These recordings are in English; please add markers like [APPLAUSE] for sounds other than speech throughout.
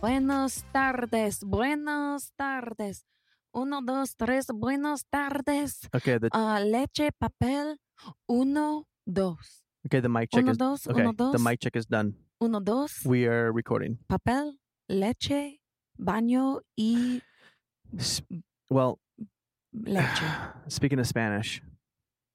Buenas tardes, buenas tardes. Uno, dos, tres, buenas tardes. Okay, the Uh, leche, papel, uno, dos. okay, the mic check Uno, is dos, okay. uno, dos. The mic check is done. Uno, dos, We are recording. papel, leche, baño y S- Well, leche. [SIGHS] speaking of Spanish,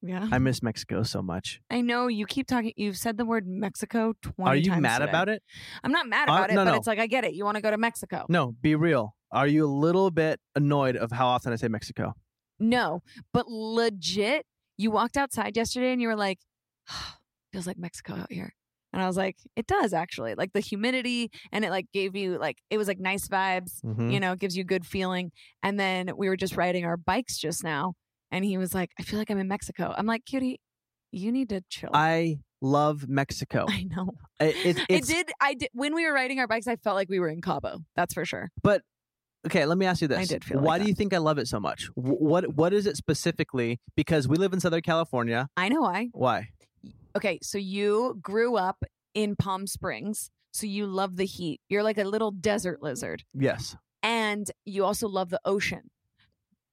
Yeah. I miss Mexico so much. I know you keep talking. You've said the word Mexico 20 Are you times mad today. about it? I'm not mad Uh, about it, no, but no. it's like, I get it. You want to go to Mexico. No, be real. Are you a little bit annoyed of how often I say Mexico? No, but legit, you walked outside yesterday and you were like, "Ah, feels like Mexico out here. And I was like, it does actually. Like the humidity and it like gave you like it was like nice vibes, Mhm. you know, it gives you a good feeling. And then we were just riding our bikes just now and he was like, I feel like I'm in Mexico. I'm like, cutie, you need to chill. I love Mexico. [LAUGHS] I know. I- it- it it's did [LAUGHS] I did when we were riding our bikes, I felt like we were in Cabo. That's for sure. okay. Let me ask you this: I did feel like Why do that. you think I love it so much? Wh- What What is it specifically? Because we live in Southern California. I know why. Why? okay, so you grew up in Palm Springs, so you love the heat. You're like a little desert lizard, Yes. and you also love the ocean.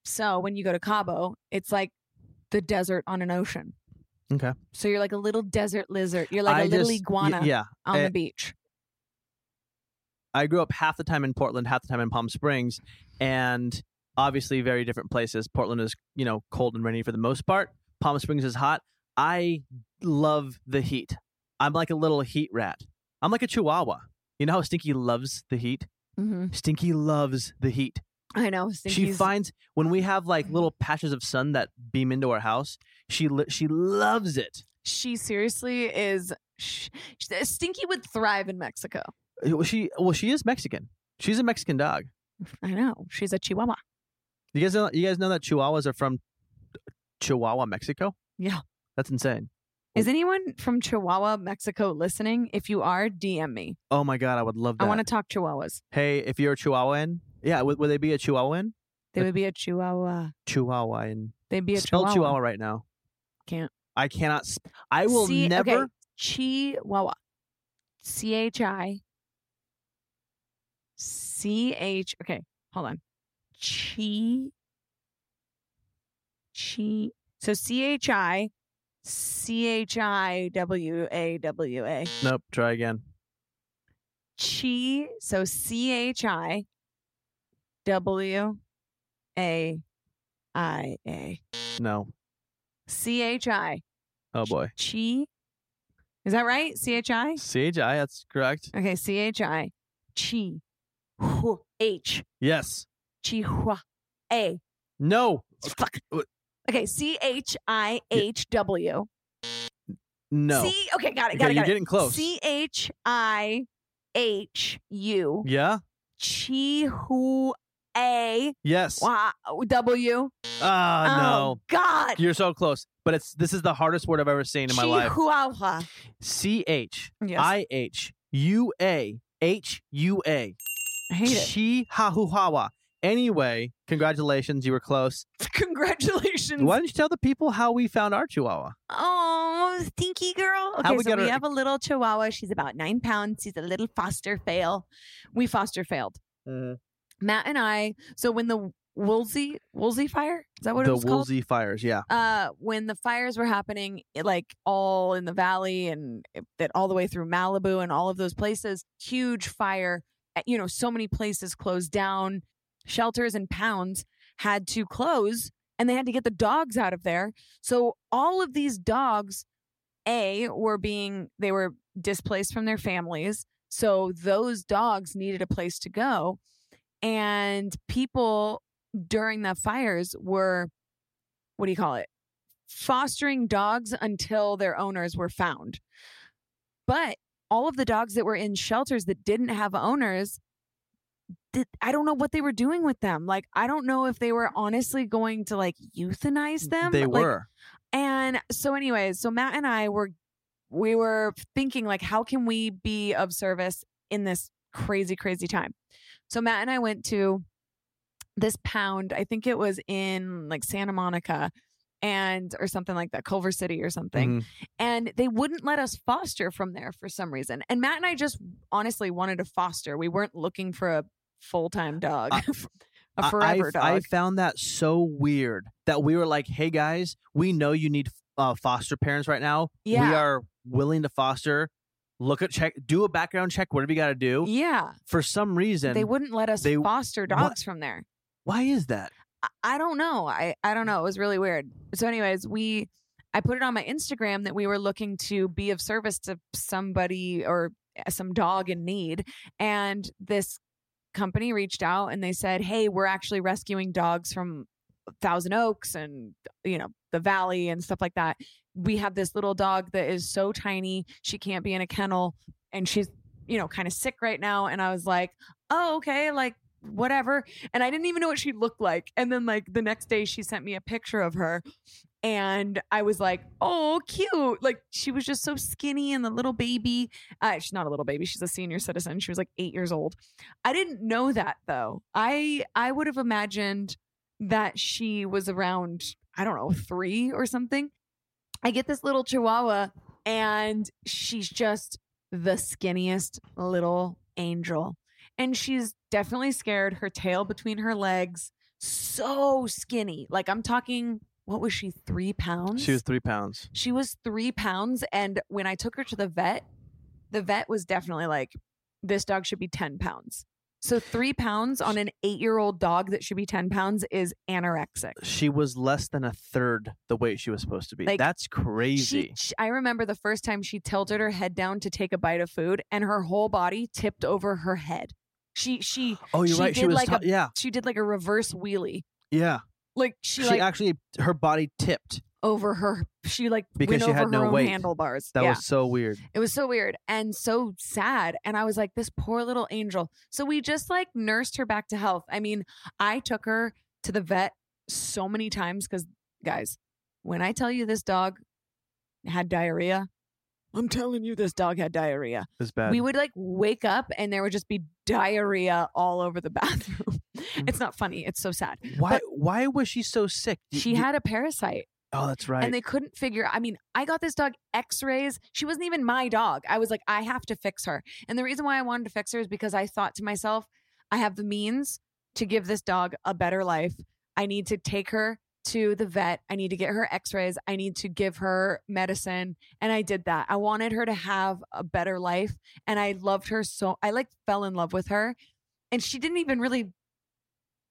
So when you go to Cabo, it's like the desert on an ocean. Okay. So you're like a little desert lizard. You're like a I little just- y- iguana yeah. on eh, the beach. I grew up half the time in Portland, half the time in Palm Springs, and obviously very different places. Portland is, you know, cold and rainy for the most part. Palm Springs is hot. I love the heat. I'm like a little heat rat. I'm like a chihuahua. You know how Stinky loves the heat? Mm-hmm. hmm Stinky loves the heat. I know. She Stinky's- finds when we have like little patches of sun that beam into our house, she li- she loves it. she seriously is. Sh- uh, Stinky would thrive in Mexico. Well, She well, she is Mexican. She's a Mexican dog. I know. She's a Chihuahua. You guys know you guys know that Chihuahuas are from Chihuahua, Mexico? Yeah. That's insane. Is Oh. anyone from Chihuahua, Mexico listening? If you are, DM me. Oh my god, I would love that. I want to talk Chihuahuas. hey, if you're a Chihuahuan, yeah, would, would they be a Chihuahuan? They But- would be a Chihuahua. Chihuahuan. They'd be a Spell Chihuahua. Chihuahua. right now. Can't. I cannot sp- I will See, never Okay. Chihuahua. C H I. C H. Okay, hold on. Chi. Chi. So C H I. C H I W A W A. Nope, try again. Chi. So C H I. W. A. I A. No. C H I. Oh boy. Chi. Is that right? C H I? CHI, that's correct. Okay, C H I. Chi. Hu- H. Yes. Chihuahua. A. No. Fuck. What? Okay, C H I H W. No. C. Okay, got it, okay, got it, you're got it. getting close. C H I H U. yeah? Chihuahua. A. Yes. W. Ah, oh, no. God. You're so close. But it's this is the hardest word I've ever seen in my life. Chihuahua. C H Yes. I H U A H U A. I hate it. Chihuahua. Anyway, congratulations, you were close. [LAUGHS] Congratulations. Why don't you tell the people how we found our Chihuahua? Oh, stinky girl. How Okay, we so got we her- have a little chihuahua. She's about nine pounds. She's a little foster fail. We foster failed. Matt and I, so when the Woolsey Woolsey fire? Is that what the it was called? Woolsey fires, yeah. Uh when the fires were happening it, like all in the valley and it- that all the way through Malibu and all of those places, huge fire. Uh, You know, so many places closed down. Shelters and pounds had to close and they had to get the dogs out of there. So all of these dogs a were being they were displaced from their families so those dogs needed a place to go and people during the fires were what do you call it fostering dogs until their owners were found but all of the dogs that were in shelters that didn't have owners did, I don't know what they were doing with them. Like, I don't know if they were honestly going to like euthanize them. they Like, were. and so, anyways, so Matt and I were we were thinking like, how can we be of service in this crazy, crazy time? So Matt and I went to this pound. I think it was in like Santa Monica, and or something like that, Culver City or something. Mhm. And they wouldn't let us foster from there for some reason. And Matt and I just honestly wanted to foster. We weren't looking for a full time [LAUGHS] dog, I- Mm-hmm. I- a forever I, dog. I found that so weird that we were like, "Hey guys, we know you need uh, foster parents right now. Yeah. We are willing to foster. Look at check, do a background check, whatever you got to do." yeah, For some reason, they wouldn't let us they- foster what- dogs from there. why is that? I- I don't know. I, I don't know. It was really weird. So, anyways, we I put it on my Instagram that we were looking to be of service to somebody or uh, some dog in need. And this company reached out and they said, Hey, we're actually rescuing dogs from Thousand Oaks and you know, the valley and stuff like that. We have this little dog that is so tiny, she can't be in a kennel and she's, you know, kind of sick right now. And I was like, Oh, okay, like whatever and I didn't even know what she looked like. And then like the next day she sent me a picture of her and I was like, "Oh, cute." Like she was just so skinny and the little baby. Uh, she's not a little baby, she's a senior citizen. She was like 8 years old. I didn't know that though. I I would have imagined that she was around, I don't know, 3 or something. I get this little chihuahua and she's just the skinniest little angel and she's definitely scared. Her tail between her legs, so skinny. Like I'm talking, what was she? Three pounds. She was three pounds. She was three pounds, and when I took her to the vet, the vet was definitely like, "This dog should be ten pounds." So three pounds on an eight-year-old dog that should be ten pounds is anorexic. She was less than a third the weight she was supposed to be. Like, That's She, crazy. sh I remember the first time she tilted her head down to take a bite of food, and her whole body tipped over her head. She [SIGHS] she oh, you're she right. She did was. like ta- a- yeah, she did like a reverse wheelie. yeah. Like she, She, like actually her body tipped. over her she like Because went she over had her no own weight. handlebars. That yeah. was so weird. it was so weird and so sad. And I was like, this poor little angel. So we just like nursed her back to health. I mean, I took her to the vet so many times because guys, when I tell you this dog had diarrhea, I'm telling you this dog had diarrhea. It was bad. We would like wake up and there would just be diarrhea all over the [LAUGHS] bathroom. Mm. it's not funny. It's so sad. why? but- why was she so sick? Y- She y- had a parasite. Oh, that's right. and they couldn't figure i mean i got this dog x-rays she wasn't even my dog i was like i have to fix her and the reason why i wanted to fix her is because i thought to myself i have the means to give this dog a better life i need to take her to the vet i need to get her x-rays i need to give her medicine and i did that i wanted her to have a better life and i loved her so i like fell in love with her and she didn't even really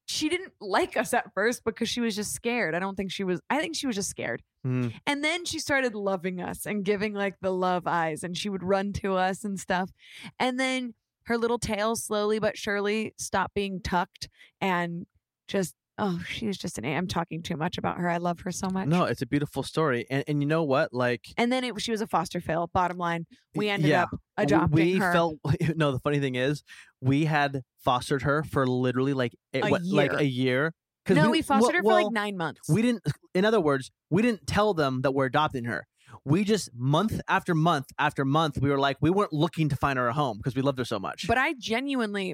she didn't like us at first because she was just scared. I don't think she was I think she was just scared. Mm. And then she started loving us and giving like the love eyes, and she would run to us and stuff. And then her little tail slowly but surely stopped being tucked and just, oh, she was just an, a- I'm talking too much about her. I love her so much. No, it's a beautiful story, and and you know what? Like And then it, she was a foster fail. Bottom line, we ended yeah. up adopting we her. felt [LAUGHS] no. The funny thing is, we had fostered her for literally like a, A what, like year. a year. 'Cause no, we- we fostered well- her for well, like nine months. We didn't. [LAUGHS] In other words, we didn't tell them that we're adopting her. We just month after month after month, we were like, we weren't looking to find her a home because we loved her so much. But I genuinely,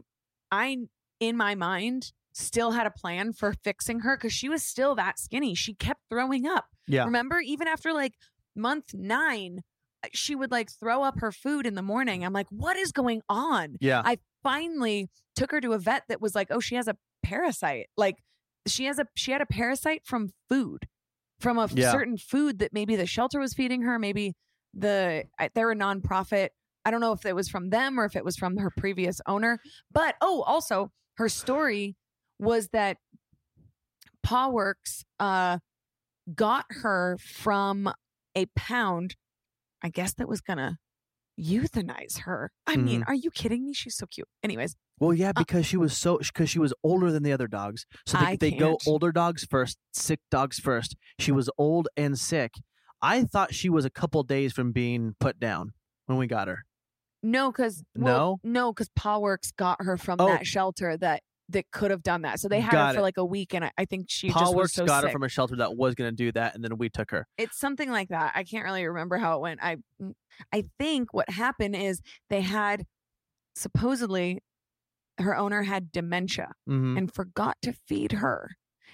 I in my mind still had a plan for fixing her because she was still that skinny. She kept throwing up. Yeah. Remember, even after like month nine, uh, she would like throw up her food in the morning. I'm like, what is going on? yeah, I finally took her to a vet that was like, oh, she has a parasite. Like she has a she had a parasite from food, from a Yeah. certain food that maybe the shelter was feeding her, maybe the I- they're a nonprofit. I don't know if it was from them or if it was from her previous owner. But oh, also her story was that Pawworks uh got her from a pound, I guess that was gonna euthanize her. I mean, Mm. are you kidding me? She's so cute. Anyways, well, yeah, because she was so because she was older than the other dogs, so I they, they go can't. older dogs first, sick dogs first. She was old and sick. I thought she was a couple days from being put down when we got her. no, because well, no, because Pawworks got her from Oh. that shelter that that could have done that. So they had Got her for it. like a week, and I, I think she Paul just was Works so got sick. her from a shelter that was going to do that, and then we took her. it's something like that. I can't really remember how it went. I mm, I think what happened is they had supposedly her owner had dementia Mm-hmm. and forgot to feed her.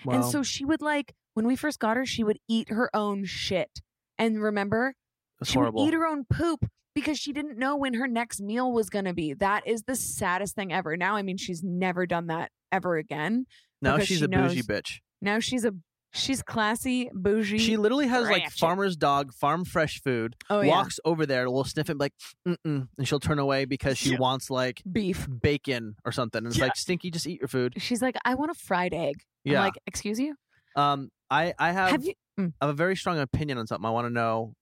And so she would like when we first got her, she would eat her own shit. And remember, It's she horrible. would eat her own poop because she didn't know when her next meal was going to be. That is the saddest thing ever. Now, I mean, she's never done that ever again. now because she's she a bougie knows- bitch. Now she's a she's classy, bougie. She literally has like ratchet. farmer's dog, farm fresh food. oh yeah, walks over there, will sniff it, be like, mm-mm, and she'll turn away because she Yeah. wants like beef. bacon or something. And it's Yeah. like, Stinky, just eat your food. She's like, I want a fried egg. I'm Yeah. like, excuse you? um, I I have, Have you? Mm, I have a very strong opinion on something. I want to know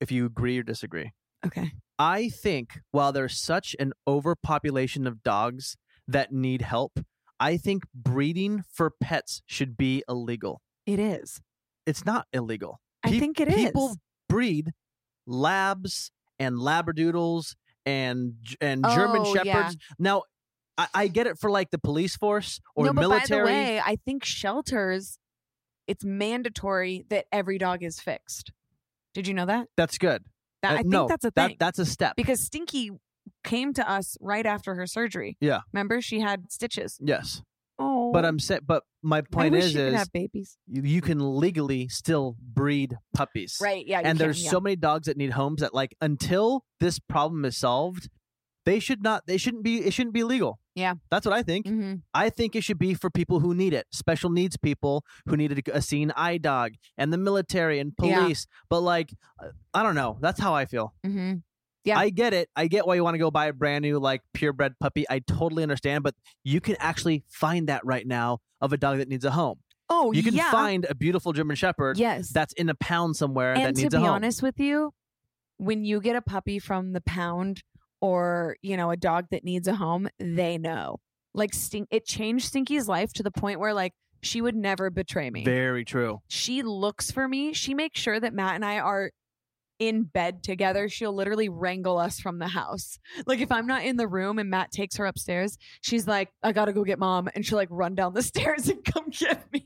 if you agree or disagree. okay. I think while there's such an overpopulation of dogs that need help, I think breeding for pets should be illegal. It is. It's not illegal. I Pe- think it is. People breed labs and labradoodles and G- and German Oh, shepherds. yeah. Now, I, I get it for like the police force or no, military. but by the way, I think shelters, it's mandatory that every dog is fixed. Did you know that? that's good. that Uh, I think no, that's a that- thing that's a step. because Stinky came to us right after her surgery. Yeah. remember she had stitches. yes, Oh, but I'm saying, but my point I wish is, you could is have babies. you, you can legally still breed puppies. Right? Yeah. you can, and there's yeah. so many dogs that need homes that like until this problem is solved they should not they shouldn't be it shouldn't be legal Yeah. that's what i think Mhm. i think it should be for people who need it special needs people who needed a seen eye dog and the military and Yeah. police but like uh, i don't know that's how i feel Mhm. Yeah. i get it i get why you want to go buy a brand new like purebred puppy i totally understand but you can actually find that right now of a dog that needs a home Oh, you can yeah. find a beautiful german shepherd yes. that's in a pound somewhere and that to needs be a home honest with you, when you get a puppy from the pound or you know a dog that needs a home, they know. Like Stink, it changed Stinky's life to the point where like she would never betray me. very true she looks for me. She makes sure that Matt and I are in bed together. She'll literally wrangle us from the house. Like if I'm not in the room and Matt takes her upstairs, she's like, I gotta go get mom. And she'll like run down the [LAUGHS] stairs and come get me.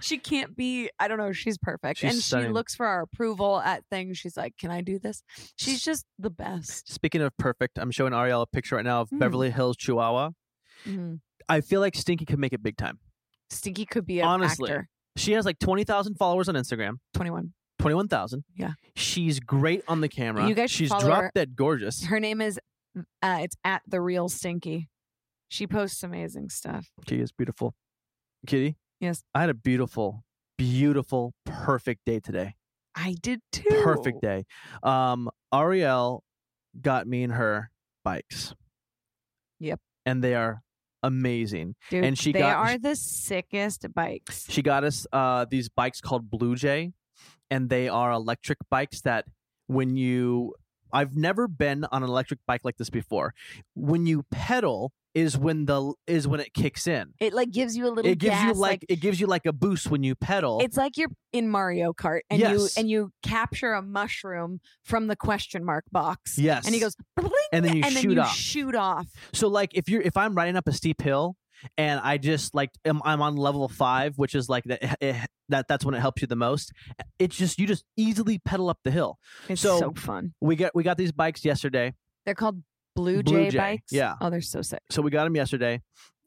she can't be, I don't know, she's perfect. She's and stunning. she looks for our approval at things. She's like, Can I do this? She's just the best. Speaking of perfect, I'm showing Ariel a picture right now of Mm. Beverly Hills Chihuahua. Mhm. I feel like Stinky could make it big time. Stinky could be an Honestly. actor. She has like 20,000 followers on Instagram, 21. 21,000. Yeah. She's great on the camera. You guys should She's follow drop her. dead gorgeous. Her name is uh it's at the real Stinky. She posts amazing stuff. She is beautiful. Kitty? Yes. I had a beautiful, beautiful, perfect day today. I did too. Perfect day. Um, Ariel got me and her bikes. Yep. And they are amazing. Dude, And she they got- are the sickest bikes. She got us uh, these bikes called Blue Jay, and they are electric bikes that when you I've never been on an electric bike like this before. When you pedal is when the is when it kicks in. It like gives you a little it gives gas, you like, it gives you like a boost when you pedal. it's like you're in Mario Kart and you Yes. and you capture a mushroom from the question mark box. yes. And he goes "Blink," and then you and then shoot you off. shoot off. So like if you're if I'm riding up a steep hill and I just like am, I'm on level five, which is like that it, that that's when it helps you the most. It's just you just easily pedal up the hill. It's So- so, fun. We got we got these bikes yesterday. They're called Blue, Blue Jay, Jay, bikes. yeah. Oh, they're so sick. so we got them yesterday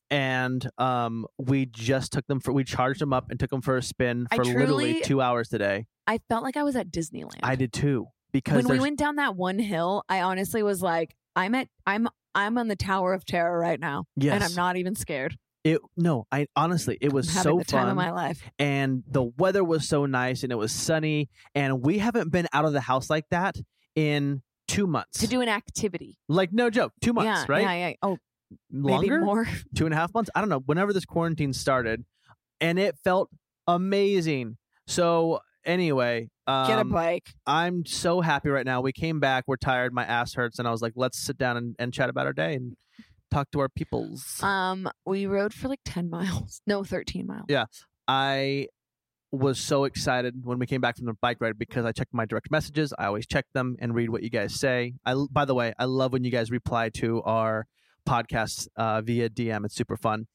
and um we just took them for we charged them up and took them for a spin I for literally truly- 2 hours today. I felt like I was at Disneyland. I did too because when we there's went down that one hill, I honestly was like, I'm at I'm I'm on the Tower of Terror right now. yes, And I'm not even scared. It no, I honestly it was I'm having so the time fun of my life. and the weather was so nice and it was sunny and we haven't been out of the house like that in 2 months. To do an activity. like no joke, 2 months, yeah, right? Yeah, yeah. Oh, Longer? maybe more. [LAUGHS] two and a half months. I don't know. Whenever this quarantine started, and it felt amazing. So anyway, um, Get a bike. I'm so happy right now. We came back, we're tired, my ass hurts, and I was like, let's sit down and, and chat about our day and talk to our peoples. Um, we rode for like ten miles. [LAUGHS] No, thirteen miles. Yeah. I was so excited when we came back from the bike ride because I checked my direct messages. I always check them and read what you guys say. I l- by the way, I love when you guys reply to our podcasts uh, via DM. It's super fun.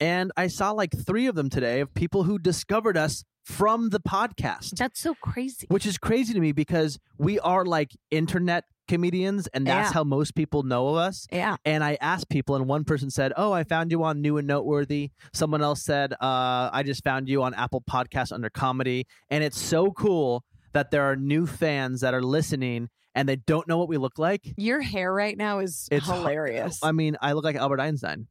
And I saw like three of them today of people who discovered us from the podcast. That's so crazy. which is crazy to me because we are like internet comedians, and that's Yeah. how most people know of us. Yeah. And I asked people, and one person said, "Oh, I found you on New and Noteworthy." Someone else said, uh, "I just found you on Apple Podcasts under comedy." And it's so cool that there are new fans that are listening, and they don't know what we look like. Your hair right now is It's hu- hilarious. I mean, I look like Albert Einstein.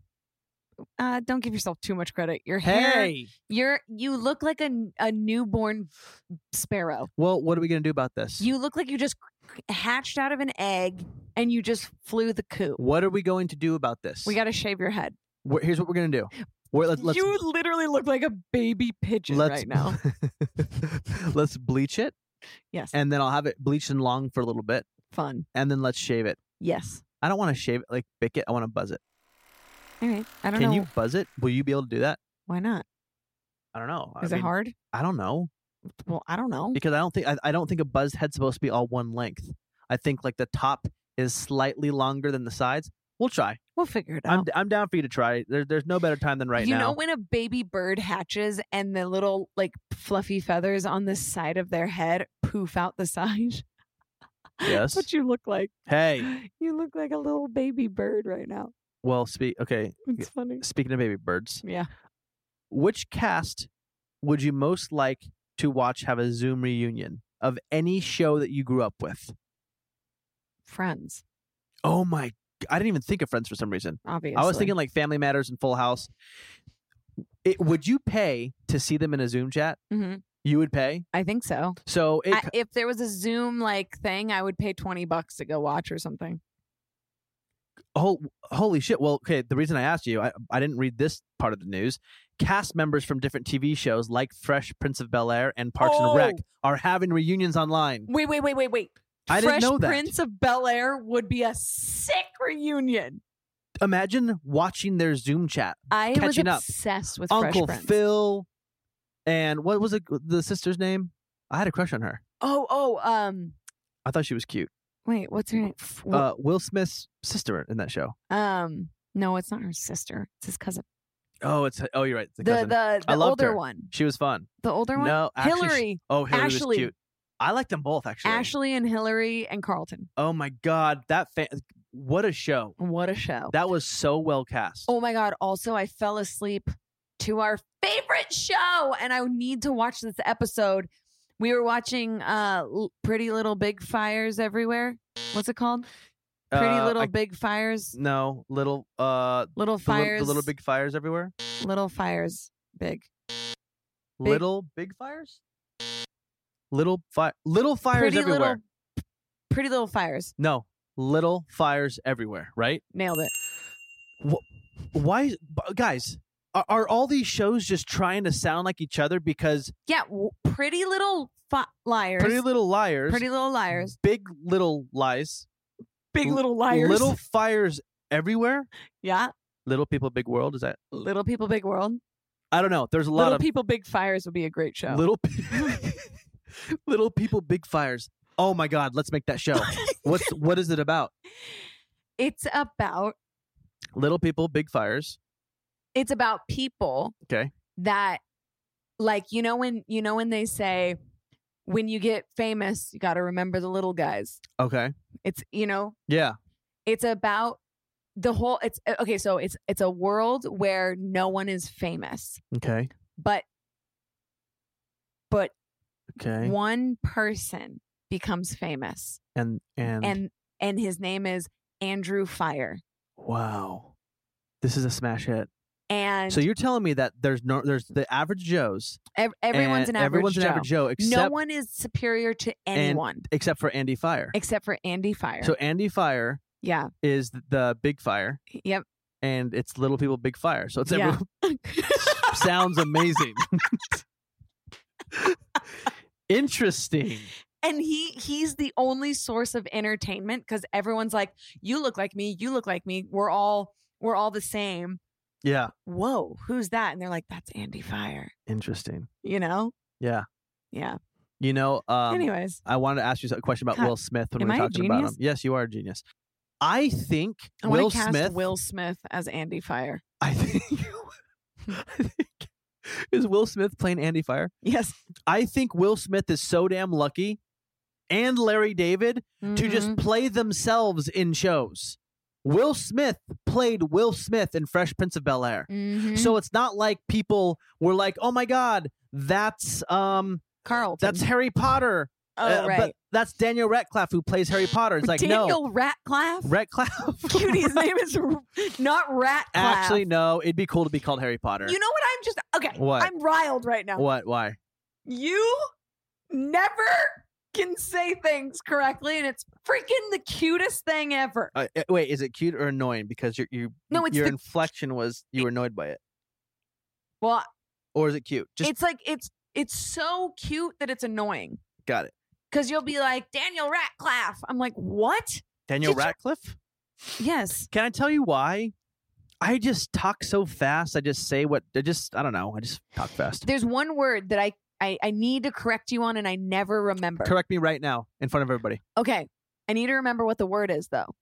uh, don't give yourself too much credit. Your hair, Hey, you're you look like a n- a newborn sparrow. well, what are we gonna do about this? You look like you just hatched out of an egg and you just flew the coop. what are we going to do about this? We got to shave your head. We're- here's what we're gonna do. We're, let, [LAUGHS] let's you literally look like a baby pigeon let's right [LAUGHS] now. let's bleach it, Yes, and then I'll have it bleached and long for a little bit, fun. and then let's shave it. Yes. I don't want to shave it like bick it. I want to buzz it. All right. I don't Can know you buzz it? Will you be able to do that? why not. I don't know. Is I it mean, hard? Mm. I don't know Well, I don't know. because I don't think I, I don't think a buzzed head's supposed to be all one length. I think like the top is slightly longer than the sides. We'll try. We'll figure it out. I'm, d- I'm down for you to try. There, there's no better time than right Oh. you now. know when a baby bird hatches and the little like fluffy feathers on the side of their head poof out the [LAUGHS] side? Yes. That's what you look like. hey, [GASPS] You look like a little baby bird right now. well, speak. Okay, It's funny. speaking of baby birds, Yeah. which cast would you most like to watch have a Zoom reunion of any show that you grew up with? Friends, Oh my! g- I didn't even think of Friends for some reason. obviously. I was thinking like Family Matters and Full House. It, would you pay to see them in a Zoom chat? hmm You would pay. I think so. So it, I, if there was a Zoom like thing, I would pay 20 bucks to go watch or something. hol- holy shit. Well, okay. The reason I asked you, I, I didn't read this part of the news. Cast members from different TV shows like Fresh Prince of Bel Air and Parks and Rec Oh. are having reunions online. Wait, wait, wait, wait, wait. I didn't Fresh know that. Prince of Bel Air would be a sick reunion. Imagine watching their Zoom chat. I Catching up. was obsessed with Uncle Fresh Prince. Phil and what was it, the sister's name? I had a crush on her. Oh, oh, um, I thought she was cute. wait, what's her name? F- wh- Uh, Will Smith's sister in that show. um, no, it's not her sister. It's his cousin. Oh, it's oh, you're right. The, The cousin. the, I the loved older her. one. she was fun. The older one. No, actually, she- Hillary, Oh, Hillary Ashley. was cute. I liked them both actually. Ashley, and Hillary and Carlton. Oh my god, that fan! What a show! What a show! That was so well cast. Oh my God. Also, I fell asleep to our favorite show, and I need to watch this episode. We were watching uh, L- Pretty Little Big Fires Everywhere. What's it called? Pretty Uh, Little I- Big Fires. no, little uh, Little the little- Fires. The, little big fires everywhere. Little Fires. Big. Big- Little big fires. Little fire. Little fires Pretty everywhere. Little. Pretty Little Fires. No, little fires everywhere. Right? Nailed it. Wh- Why, is- bu- guys? Are, are all these shows just trying to sound like each other? Because Yeah. W- pretty Little fi- Liars. Pretty Little Liars, Pretty Little Liars. Big Little Lies, Big L- Little Liars. Little Fires Everywhere, [LAUGHS] Yeah. Little People Big World. Is that Little People, Big World. I don't know. There's a lot Little of People, Big Fires would be a great show. little pe- [LAUGHS] little people big fires. Oh my god, let's make [LAUGHS] that show. What's what is it about? it's about Little people big fires. it's about people Okay. that like you know when you know when they say when you get famous you got to remember the little guys Okay. it's you know Yeah. it's about the whole it's okay so it's it's a world where no one is famous Okay. but but Okay. one person becomes famous And and, and and his name is Andrew Fire wow. This is a smash hit. and So you're telling me that there's no there's the average joes. ev- everyone's and an average everyone's Joe. an average joe except no one is superior to anyone except for Andy Fire. except for Andy Fire So Andy Fire Yeah. is th- the big fire Yep. [LAUGHS] and it's little people big fire. So it's Yeah. everyone [LAUGHS] sounds amazing. Interesting. and he he's the only source of entertainment because everyone's like, you look like me, you look like me. We're all we're all the same. Yeah. Whoa, who's that? And they're like, that's Andy Fire. Interesting. You know? Yeah. Yeah. You know, um, Anyways, I wanted to ask you a question about God, Will Smith when am we I were a talking about him. genius? Yes, you are a genius. I think I Will want to cast Smith. Will Smith as Andy Fire. [LAUGHS] I think. [LAUGHS] I think is Will Smith playing Andy Fire? Yes. I think Will Smith is so damn lucky and Larry David to Mhm. just play themselves in shows. Will Smith played Will Smith in Fresh Prince of Bel Air. Mhm. So it's not like people were like, "Oh my god, that's um Carlton. that's Harry Potter." Mm. oh Uh, right. But that's Daniel Radcliffe who plays Harry Potter. It's like, Daniel Ratcliffe. [LAUGHS] no. Radcliffe. Cutie's name is not Ratcliffe. [LAUGHS] Actually, no. It'd be cool to be called Harry Potter. you know what? I'm just okay. What? I'm riled right now. What? Why? You never can say things correctly, and it's freaking the cutest thing ever. Uh, uh, wait, is it cute or annoying? Because your you No, it's your the- inflection was you were annoyed by it, Well, or is it cute? Just it's like it's it's so cute that it's annoying got it. because you'll be like Daniel Ratcliffe. I'm like, what? Daniel Did you- Radcliffe. Yes. Can I tell you why? I just talk so fast. I just say what I just I don't know. I just talk fast. There's one word that I I, I need to correct you on, and I never remember. Correct me right now in front of everybody. Okay. I need to remember what the word is though.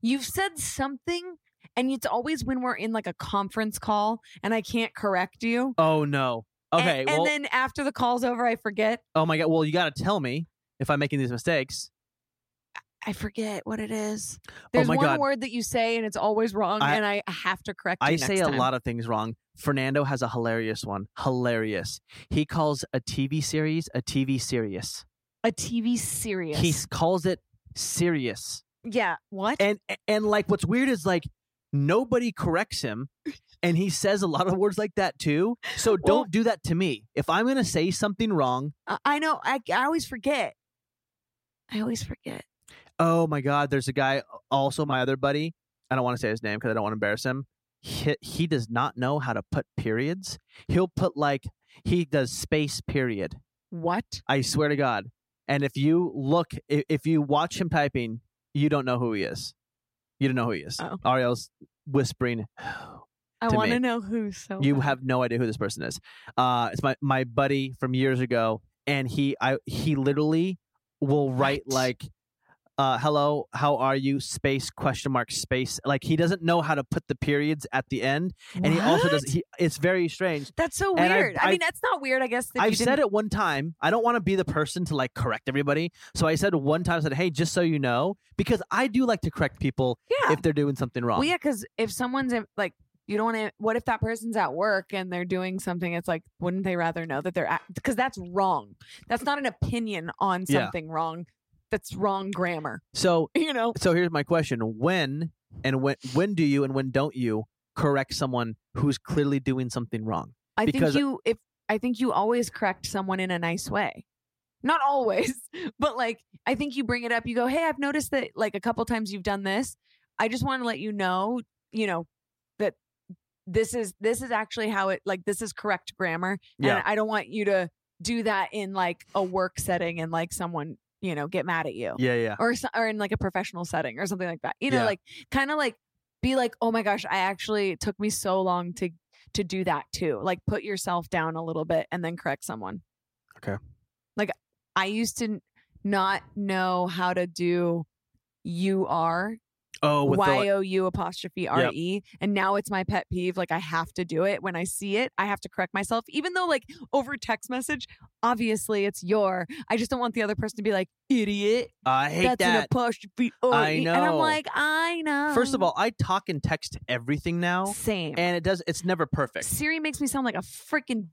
You've said something and it's always when we're in like a conference call and I can't correct you. Oh no. And- Okay. And, well, then after the call's over, I forget. oh my god. Well, you got to tell me if I'm making these mistakes. I forget what it is. There's Oh my one God. word that you say and it's always wrong I- and I have to correct you. I next say a time. lot of things wrong. Fernando has a hilarious one. Hilarious. He calls a TV series a TV serious. A TV series. He s- calls it serious. yeah. What? and and like what's weird is like nobody corrects him and he says a lot of words like that too so don't Well- do that to me if i'm gonna say something wrong I- I know. I, I always forget. I always forget. oh my god there's a guy also my other buddy i don't want to say his name because i don't want to embarrass him he, he does not know how to put periods he'll put like he does space period What? i swear to god and if you look if, if you watch him typing you don't know who he is you don't know who he is Oh. ariel's whispering I To want to me. know who so You bad. have no idea who this person is. Uh, it's my my buddy from years ago, and he I he literally will write What? like, uh, "Hello, how are you?" Space question mark space. Like he doesn't know how to put the periods at the end, and he also What? does. He, it's very strange. That's so And I- weird. I, I- mean, that's not weird. I guess that you I've didn't- said it one time. I don't want to be the person to like correct everybody. So I said one time, I said, "Hey, just so you know," because I do like to correct people Yeah. if they're doing something wrong. Well, yeah, because if someone's in, like, you don't want to. What if that person's at work and they're doing something? It's like, wouldn't they rather know that they're because that's wrong. That's not an opinion on Yeah. something wrong. That's wrong grammar. [LAUGHS] So You know. So here's my question: When and when when do you and when don't you correct someone who's clearly doing something wrong? I Because- think you if I think you always correct someone in a nice way. Not always, [LAUGHS] but like I think you bring it up. You go, "Hey, I've noticed that like a couple times you've done this. I just want to let you know, you know, that this is this is actually how it like this is correct grammar Yeah. and I don't want you to do that in like a work setting and like someone, you know, get mad at you." Yeah, yeah. or so- or in like a professional setting or something like that. You know, Yeah. like kind of like be like, "Oh my gosh, I actually it took me so long to to do that too." Like put yourself down a little bit and then correct someone. Okay. Like I used to n- not know how to do you are Oh, with y the, o u apostrophe r e and now it's my pet peeve like I have to do it when I see it I have to correct myself even though like over text message obviously it's your I just don't want the other person to be like idiot I hate that's an that. apostrophe. Or I e- And I'm know. like, I know. First of all, I talk and text everything now, same. and it does. It's never perfect. Siri makes me sound like a freaking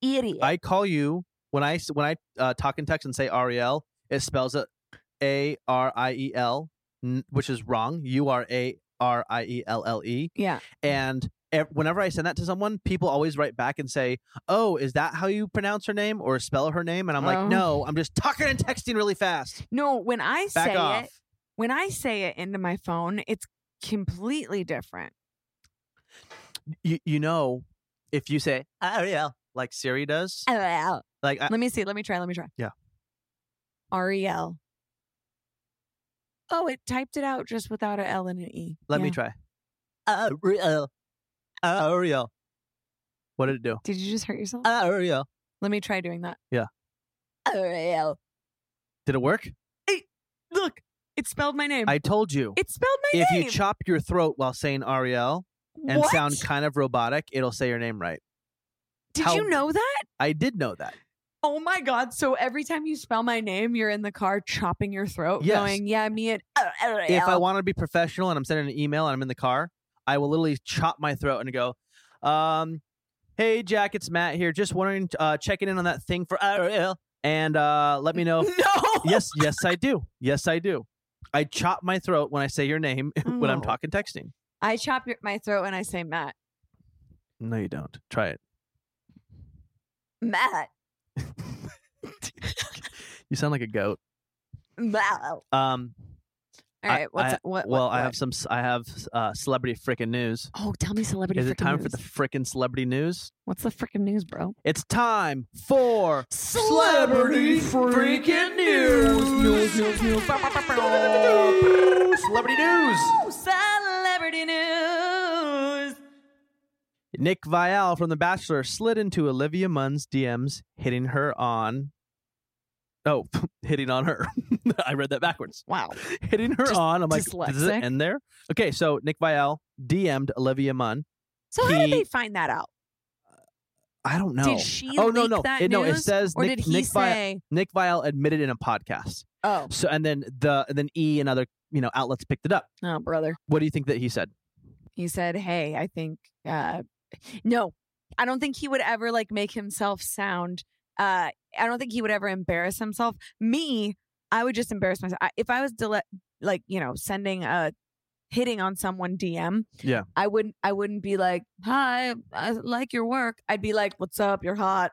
idiot. I call you when I s- when I uh, talk and text and say Ariel. It spells it A R I E L, n- which is wrong. You are A R I E L L E. yeah. And ev- whenever I send that to someone, people always write back and say, "Oh, is that how you pronounce her name or spell her name?" And I'm Oh. like, "No, I'm just talking and texting [LAUGHS] really fast." No, when I Back say off. it, when I say it into my phone, it's completely different. You you know, if you say Ariel like Siri does, Ariel. like I, [LAUGHS] Let me see. Let me try. Let me try. Uh, Yeah. Ariel. Oh, it typed it out just without a L and an E. let me Yeah. Uh, Oh, try. Ariel, Ariel. What did it do? Did you just hurt yourself? Ariel. let me try doing that. Uh, Yeah. Ariel. Did it work? Look, it spelled my name. I told you. it spelled my If name. you chop your throat while saying Ariel and What? sound kind of robotic, it'll say your name right. Did how- you know that? I did know that. Oh my God. So every time you spell my name, you're in the car chopping your throat, Yes. going, yeah, me and. [LAUGHS] If I want to be professional and I'm sending an email and I'm in the car, I will literally chop my throat and go, um, "Hey Jack, it's Matt here. Just wondering, uh, checking in on that thing for RL, and uh, let me know [LAUGHS] if No. [LAUGHS] yes, yes, I do. Yes, I do. I chop my throat when I say your name [LAUGHS] when I'm No. talking texting. I chop your, my throat when I say Matt. No, you don't. Try it. Matt. You sound like a goat. Matt. All Um, I- right. what's, what, well, what- I what? have some. s- I have uh, celebrity frickin' news. Oh, tell me celebrity. Is it frickin' time for news. the frickin' celebrity news? What's the freaking news, bro? It's time for Celebrity freaking news. News, news, news. Bow, bow, bow, bow. Celebrity news. Celebrity news. Nick Vial from The Bachelor slid into Olivia Munn's DMs, hitting her on. Oh, [LAUGHS] hitting on her. I read that backwards. Wow. hitting her Just on. I'm like, does dyslexic. it end there? Okay, so Nick Vial DM'd Olivia Munn. So how did He- they find that out? I don't know. Did she oh leak no, no, that it, no. It news? says or Nick, did he Nick, Vial, say, Nick Vial admitted in a podcast. "Oh, So and then the and then E and other you know outlets picked it up. oh, brother"? What do you think that he said? He said, "Hey, I think uh, no, I don't think he would ever like make himself sound. Uh, I don't think he would ever embarrass himself. Me, I would just embarrass myself I, if I was dele- like you know sending a hitting on someone DM. Yeah. I wouldn't. I wouldn't be like, "Hi, I like your work." I'd be like, "What's up? You're hot."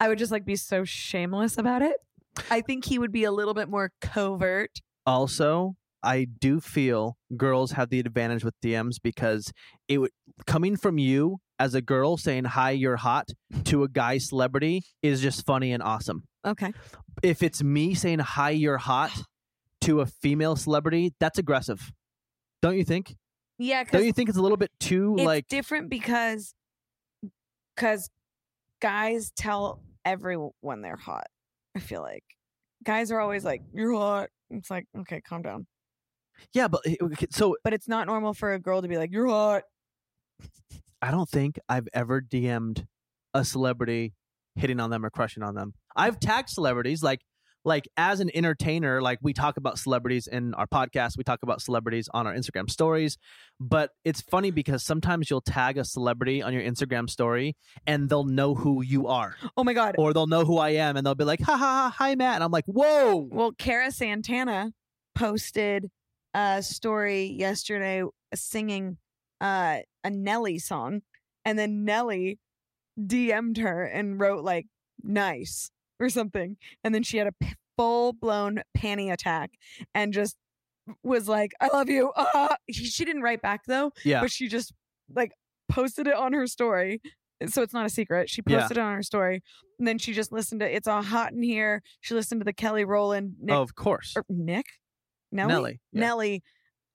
I would just like be so shameless about it. I think he would be a little bit more covert. Also, I do feel girls have the advantage with DMs because it would coming from you as a girl saying hi, you're hot to a guy celebrity is just funny and awesome. Okay. if it's me saying hi you're hot to a female celebrity that's aggressive don't you think Yeah. Because don't you think it's a little bit too it's like different because because guys tell everyone they're hot i feel like guys are always like you're hot it's like okay calm down yeah but it- okay, so but it's not normal for a girl to be like you're hot i don't think i've ever dm'd a celebrity hitting on them or crushing on them i've tagged celebrities like like as an entertainer like we talk about celebrities in our podcast we talk about celebrities on our instagram stories but it's funny because sometimes you'll tag a celebrity on your instagram story and they'll know who you are oh my god or they'll know who I am and they'll be like, ha ha, ha hi Matt. And I'm like, whoa. Oh, well kara santana posted a story yesterday singing uh, a nelly song and then nelly dm'd her and wrote like nice or something and then she had a p- full-blown panty attack and just was like i love you [LAUGHS] uh. she, she didn't write back though Yeah. but she just like posted it on her story so it's not a secret she Yeah. posted it on her story and then she just listened to it's all hot in here she listened to the kelly rowland nick of course. or Nick, Er, Nelly, Oh, Nelly. yeah. Nelly,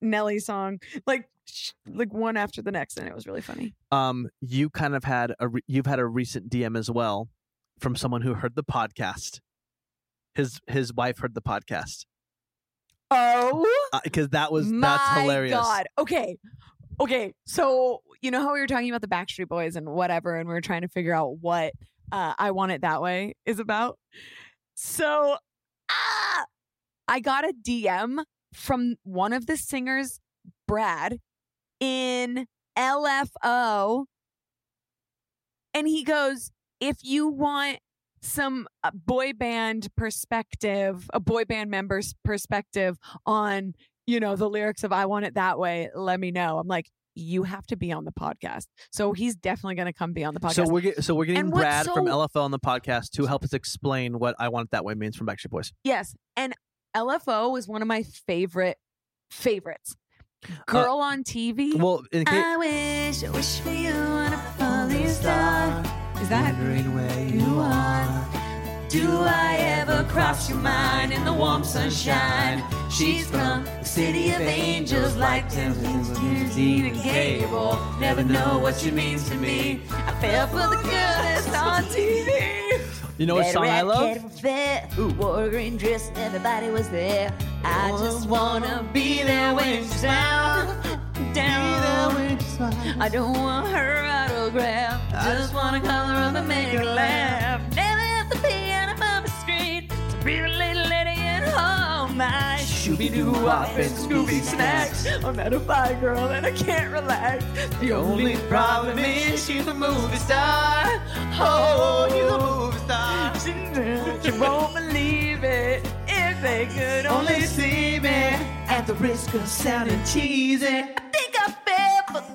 Nelly song, like sh- like one after the next, and it was really funny. Um, you kind of had a re- you've had a recent DM as well from someone who heard the podcast. His his wife heard the podcast Oh, because that was my that's hilarious. God! Okay, okay. So you know how we were talking about the Backstreet Boys and whatever, and we were trying to figure out what uh, "I Want It That Way" is about. So, ah, I got a DM from one of the singers, Brad, in LFO. And he goes, if you want some uh, boy band perspective, a boy band member's perspective on, you know, the lyrics of I Want It That Way, let me know. I'm like, you have to be on the podcast. So he's definitely going to come be on the podcast. So we're get, so we're getting And what's Brad from so- LFL on the podcast to help us explain what I want it that way means from Backstreet Boys. Yes. And LFO is one of my favorite favorites. Girl on TV. Uh, Well, in case, I wish, I wish for you on a falling star. Is that? you are. Do I ever cross your mind in the warm sunshine? She's from the city of angels, like Templeton Gable. Never know what she means to me. I fell for the girl that's on TV. you know what song I love? Ooh. Wore a green dress, everybody was there. I just wanna Oh, be there when she's down, down. I don't want her autograph. Just wanna color on the make her laugh. Never have to be on a Real little lady at home. My Scooby Doo wop and Scooby snacks. I'm at a fire girl and I can't relax. The only problem is she's a movie star. Oh, she's a movie star. She, she won't believe it if they could only Only see me at the risk of sounding cheesy. think of it.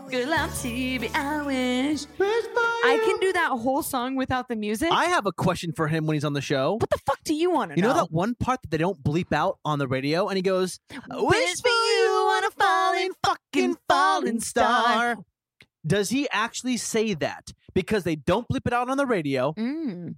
Girl, I'm TV. I wish I can do that whole song without the music. I have a question for him when he's on the show. what the fuck do you want to You know know that one part that they don't bleep out on the radio, and he goes, "Wish for you on a falling, fucking falling star." Does he actually say that? Because they don't bleep it out on the radio, Mm.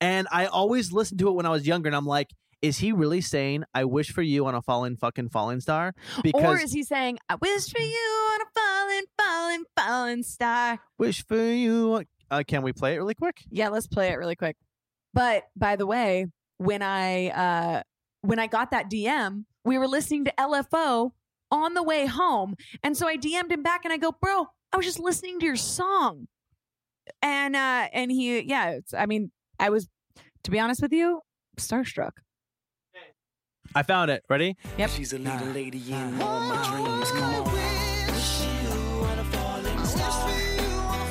and I always listened to it when I was younger, and I'm like, "Is he really saying I wish for you on a falling, fucking falling star?" Or Because is he saying, I wish for you on a falling, falling, falling star? wish for you. on- Uh, can we play it really quick? Yeah, let's play it really quick. But by the way, when I uh when I got that DM, we were listening to LFO on the way home. And so I DM'd him back and I go, "Bro, I was just listening to your song." And uh and he yeah, it's, I mean, I was to be honest with you, starstruck. I found it. Ready? Yep. She's a little lady in all my dreams. Come on. Wish you were a falling star.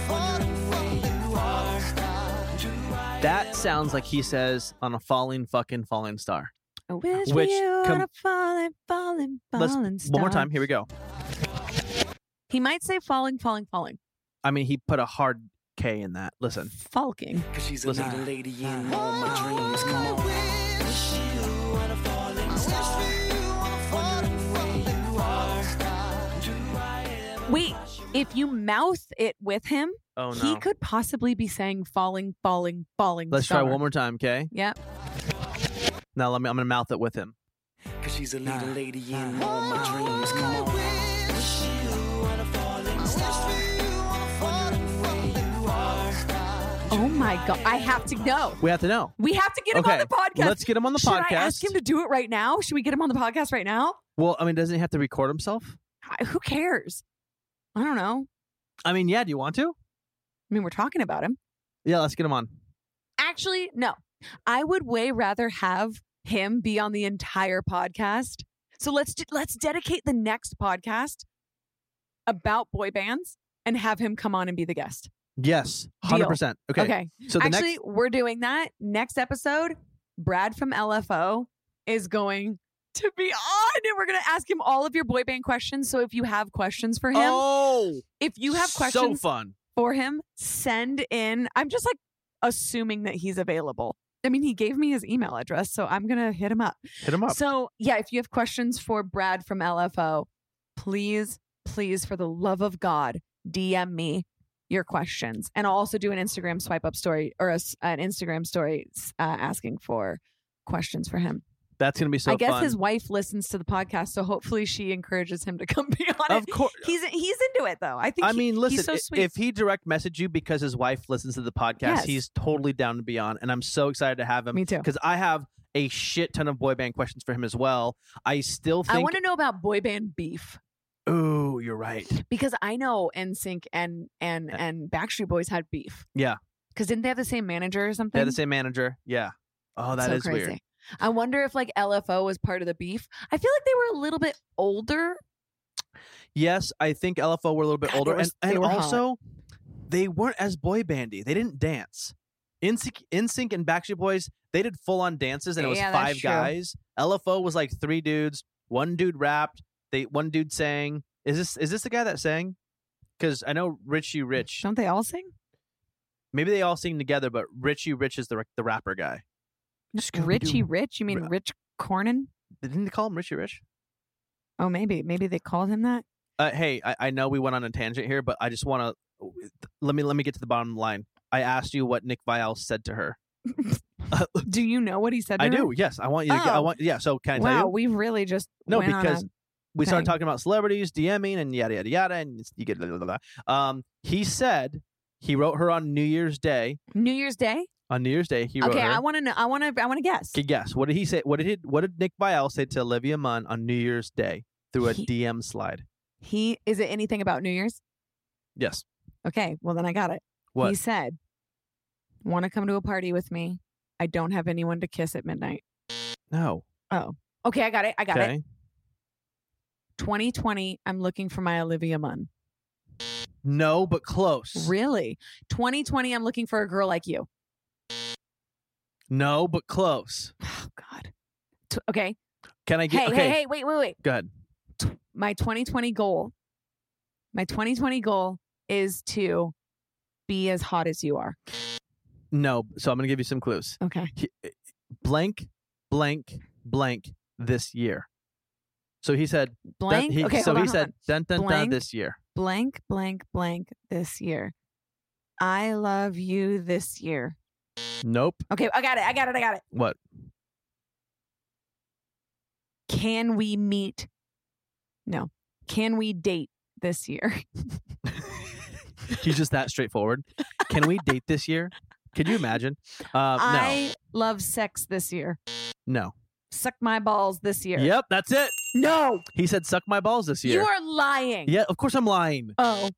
Wondering where you are. That sounds like he says on a falling, fucking falling star. I wish Which for you com- on a falling, falling, Let's- falling One more star. time. Here we go. He might say falling, falling, falling. I mean, he put a hard K in that. Listen. Falking. Cause she's a Listen. little lady in all my dreams. Come on. Wish you were a falling star. Wondering where you are. Wait, if you mouth it with him, Oh no. He could possibly be saying falling, falling, falling. Let's star. try one more time, okay? Yep. Now let me. I'm gonna mouth it with him. Cause she's a little lady in all my dreams. Come on. Wish you were a falling star. Wondering where you are. Oh my god, I have to know. We have to know. We have to get him okay. on the podcast. Let's get him on the Should podcast. I ask him to do it right now? Should we get him on the podcast right now? well, I mean, doesn't he have to record himself? I- Who cares? I don't know. I mean, yeah. Do you want to? I mean, we're talking about him. Yeah. Let's get him on. Actually, no. I would way rather have him be on the entire podcast. So let's d- let's dedicate the next podcast about boy bands and have him come on and be the guest. Yes. Deal. Hundred percent. Okay. okay. So the Actually, next. we're doing that next episode. Brad from LFO is going to be on, and we're going to ask him all of your boy band questions. So if you have questions for him, Oh, if you have So questions fun. for him, send in. I'm just like assuming that he's available. I mean, he gave me his email address, so I'm going to hit him up. Hit him up. So, yeah, if you have questions for Brad from LFO, please, please, for the love of God, DM me your questions. And I'll also do an Instagram swipe up story or a s an Instagram story s- uh, asking for questions for him. That's gonna be so I guess fun. his wife listens to the podcast, so hopefully she encourages him to come [LAUGHS] be on of it. course. He's he's into it though. I think I he- mean, listen. he's so i- sweet. If he direct message you because his wife listens to the podcast, Yes. he's totally down to be on, and I'm so excited to have him. me too. Because I have a shit ton of boy band questions for him as well. I still think. I want to know about boy band beef Oh, you're right. because I know NSYNC and and Yeah. and Backstreet Boys had beef. Yeah. Because didn't they have the same manager or something? They're the same manager. Yeah. Oh, that is so crazy. weird. I wonder if like LFO was part of the beef. I feel like they were a little bit older. Yes, I think LFO were a little bit God, they older, were- and, they and were hot. also they weren't as boy bandy. They didn't dance. NSYNC, NSYNC and Backstreet Boys, they did full on dances, and it was Yeah, that's five true. guys. LFO was like three dudes. One dude rapped. They one dude sang. Is this is this the guy that sang? Because I know Richie Rich. Don't they all sing? Maybe they all sing together, but Richie Rich is the ra- the rapper guy. Scooby-Doo. Richie Rich? You mean Ra- Rich Cornyn? Didn't they call him Richie Rich? Oh, maybe. Maybe they called him [LAUGHS] that. Uh, hey, I, I know we went on a tangent here, but I just want to let me let me get to the bottom line. I asked you what Nick Vial said to her. Do you know what he said? To I her? do. Yes, I want you. To, get- I Oh. want. Yeah. So can I tell Wow, you? we really just No, went on a- because we started thing. talking about celebrities DMing and yada yada yada, and it's- you get blah, blah, blah, blah. Um, he said he wrote her on New Year's Day. New Year's Day. On New Year's Day, he wrote Okay, her. I want to know. I want to. I want to guess. Okay, guess what did he say? What did he, what did Nick Vial say to Olivia Munn on New Year's Day through a He- DM slide? He is it anything about New Year's? Yes. Okay, well then I got it. What? He said, "Want to come to a party with me? I I don't have anyone to kiss at midnight. Oh, No. Okay, I got it. I got it. Okay. 2020, I'm looking for my Olivia Munn. No, but close. Really? 2020, I'm looking for a girl like you. No, but close. Oh, God. T- okay. Can I get? Hey, okay. hey, hey, wait, wait, wait. Go ahead. My 2020 goal, my 2020 goal is to be as hot as you are. No. So I'm gonna give you some clues. Okay. He- eh, blank, blank, blank. This year. So he said. dun- Blank. he- okay, so hold he on, hold said. on. Dun dun dun. Blank. This year. blank, blank, blank this year. I love you this year. Nope. Okay, I got it. I got it. I got it. What? Can we meet? No. Can we date this year? He's just that straightforward. Can we date this year? Could you imagine? [LAUGHS] Uh, I love sex this year. no. Suck my balls this year. No. Yep. That's it. No, He said, "Suck my balls this year." you are lying. yeah. Of course, I'm lying. Oh,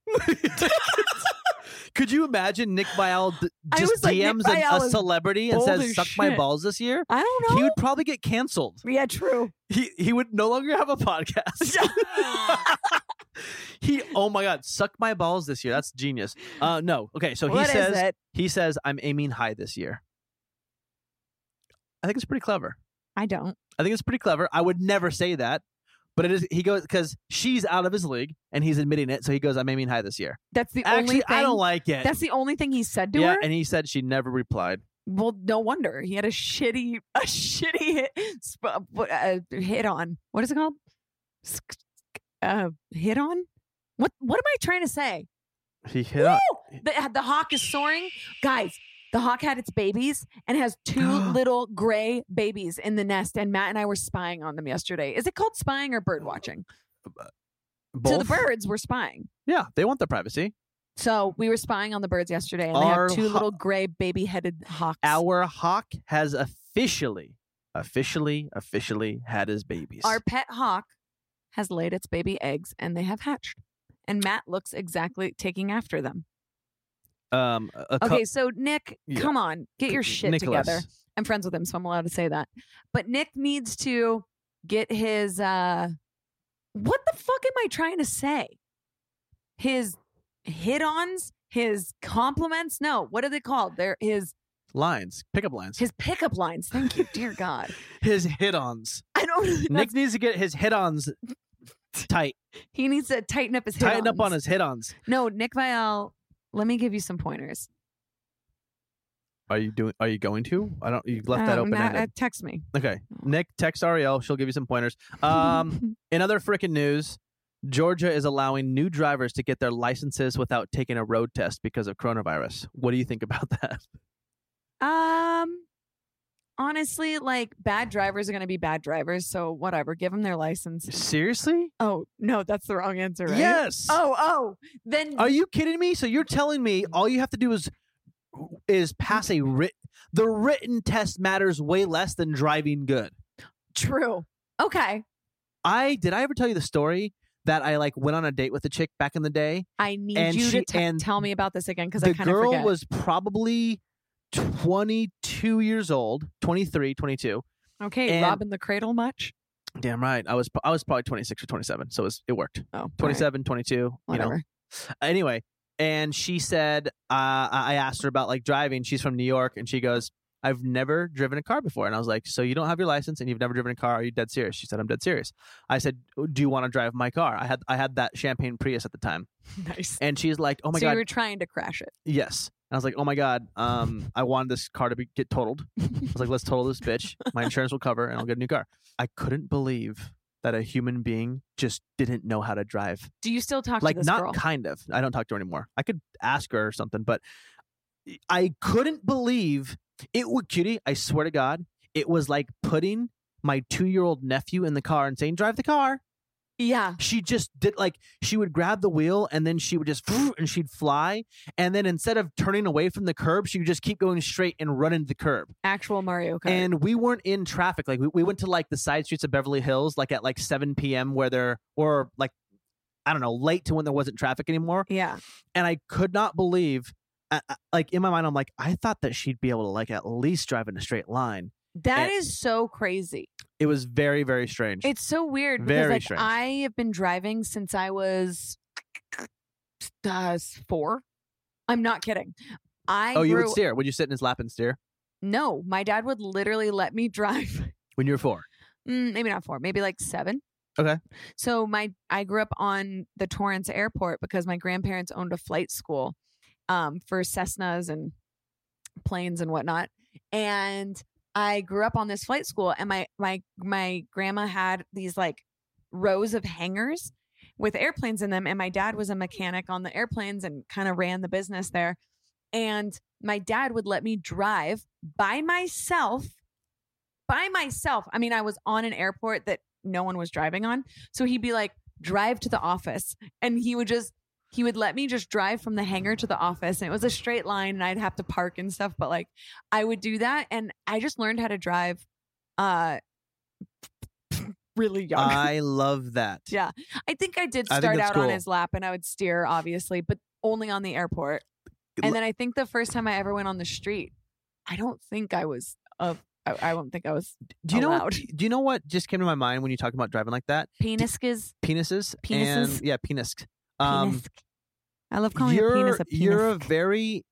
Could you imagine Nick Vial d- I just was like, Nick DMs Viall a, a is celebrity and bold says, as "Suck my shit." balls this year"? I don't He know. would probably get canceled. yeah, [LAUGHS] true. He he would no longer have [LAUGHS] a podcast. he oh my god, suck my balls this year. That's genius. Uh, no, okay. So he What is says it? he says I'm aiming high this year. I think it's pretty clever. I don't. I think it's pretty clever. I would never say that, but it is. He goes because she's out of his league and he's admitting it. So he goes, I'm aiming high this year. That's the only Actually, thing. I don't like it. That's the only thing he said to yeah, her. and he said she never replied. well, no wonder he had a shitty, a shitty hit, sp- what, uh, hit on. What is it called? Sk- Uh, hit on. What What am I trying to say? He hit up. Woo! The, the hawk is soaring, guys. The hawk had its babies and has [GASPS] two little gray babies in the nest. And Matt and I were spying on them yesterday. Is it called spying or bird watching? So the Both? birds were spying. Yeah, they want their privacy. So we were spying on the birds yesterday, and Our they have two haw- little gray baby-headed hawks. Our hawk has officially, officially, officially had his babies. Our pet hawk has laid its baby eggs and they have hatched. And Matt looks exactly taking after them. um, a cou- Okay, so Nick, Yeah. come on, get your shit Nicholas. together. I'm friends with him, so I'm allowed to say that. But Nick needs to get his uh what the fuck am I trying to say? His hit ons, his compliments? No, what are they called? They're his Lines, pickup lines. His, his pickup lines. Thank you, dear God. [LAUGHS] hit ons. I don't know. Nick needs to get his [LAUGHS] hit ons tight. He needs to tighten up his hit-ons. Tighten up on his hit ons. No, Nick Vial, let me give you some pointers. Are you doing? Are you going to? I don't. You left that Um, open ended. uh, text me. Okay, Nick, text Ariel. She'll give you some pointers. [LAUGHS] Um, in other freaking news, Georgia is allowing new drivers to get their licenses without taking a road test because of coronavirus. What do you think about that? um, honestly, like bad drivers are going to be bad drivers. So whatever, give them their license. Seriously? Oh no, that's the wrong answer, right? Yes. Oh, oh, then Are you kidding me? So you're telling me all you have to do is is pass a writ the written test matters way less than driving good. true. Okay, I did I ever tell you the story that I like went on a date with a chick back in the day? I need And you she- to t- and tell me about this again because I The kind of girl forget. was probably 22 years old, 23, 22. okay, and- Robin the Cradle much? Damn right. I was I was probably 26 or 27, so it, was, it worked. Oh, all right, 27, 22, you know. [LAUGHS] Whatever. [LAUGHS] anyway and she said uh, i I asked her about like driving she's from new york and she goes i've never driven a car before and i was like so you don't have your license and you've never driven a car are you dead serious she said i'm dead serious i said do you want to drive my car i had i had that champagne prius at the time nice. and she's like oh my so god you were trying to crash it. yes and i was like oh my god um i wanted this car to be, get totaled [LAUGHS] i was like let's total this bitch [LAUGHS] my insurance will cover and i'll get a new car i couldn't believe that a human being just didn't know how to drive Do you still talk like to this not girl? kind of i don't talk to her anymore i could ask her or something but i couldn't believe it would cutie i swear to god it was like putting my two-year-old nephew in the car and saying drive the car yeah. she just did like she would grab the wheel and then she would just [LAUGHS] and she'd fly and then instead of turning away from the curb she would just keep going straight and run into the curb Actual Mario Kart. and we weren't in traffic like we, we went to like the side streets of beverly hills like at like 7 p.m where there or like i don't know late to when there wasn't traffic anymore yeah. and I could not believe I, I- like in my mind, I'm like, I thought that she'd be able to like at least drive in a straight line. That And- is so crazy. It was very, very strange. It's so weird because Very like strange. I have been driving since I was uh, four. I'm not kidding. I oh, you grew, would steer. Would you sit in his lap and steer no. My dad would literally let me [LAUGHS] drive. when you were four? Mm, maybe not four. Maybe like seven. Okay. So my I grew up on the Torrance Airport because my grandparents owned a flight school um, for Cessnas and planes and whatnot. And I grew up on this flight school, and my my my grandma had these like rows of hangars with airplanes in them, and my dad was a mechanic on the airplanes and kind of ran the business there. And my dad would let me drive by myself, by myself. I mean, I was on an airport that no one was driving on, so he'd be like, "Drive to the office," and he would just he would let me just drive from the hangar to the office and it was a straight line and I'd have to park and stuff but like I would do that and I just learned how to drive uh [LAUGHS] really young. I love that. Yeah. I think I did I think start that's out on cool. his lap and I would steer obviously but only on the airport. Good And l- then I think the first time I ever went on the street I don't think I was of I, I don't think I was Do you know? allowed. What, do you know what just came to my mind when you talked about driving like that? penis is Penises. Penises? And, yeah, penis. penis. I love calling a um, you're penis a penis. you're a very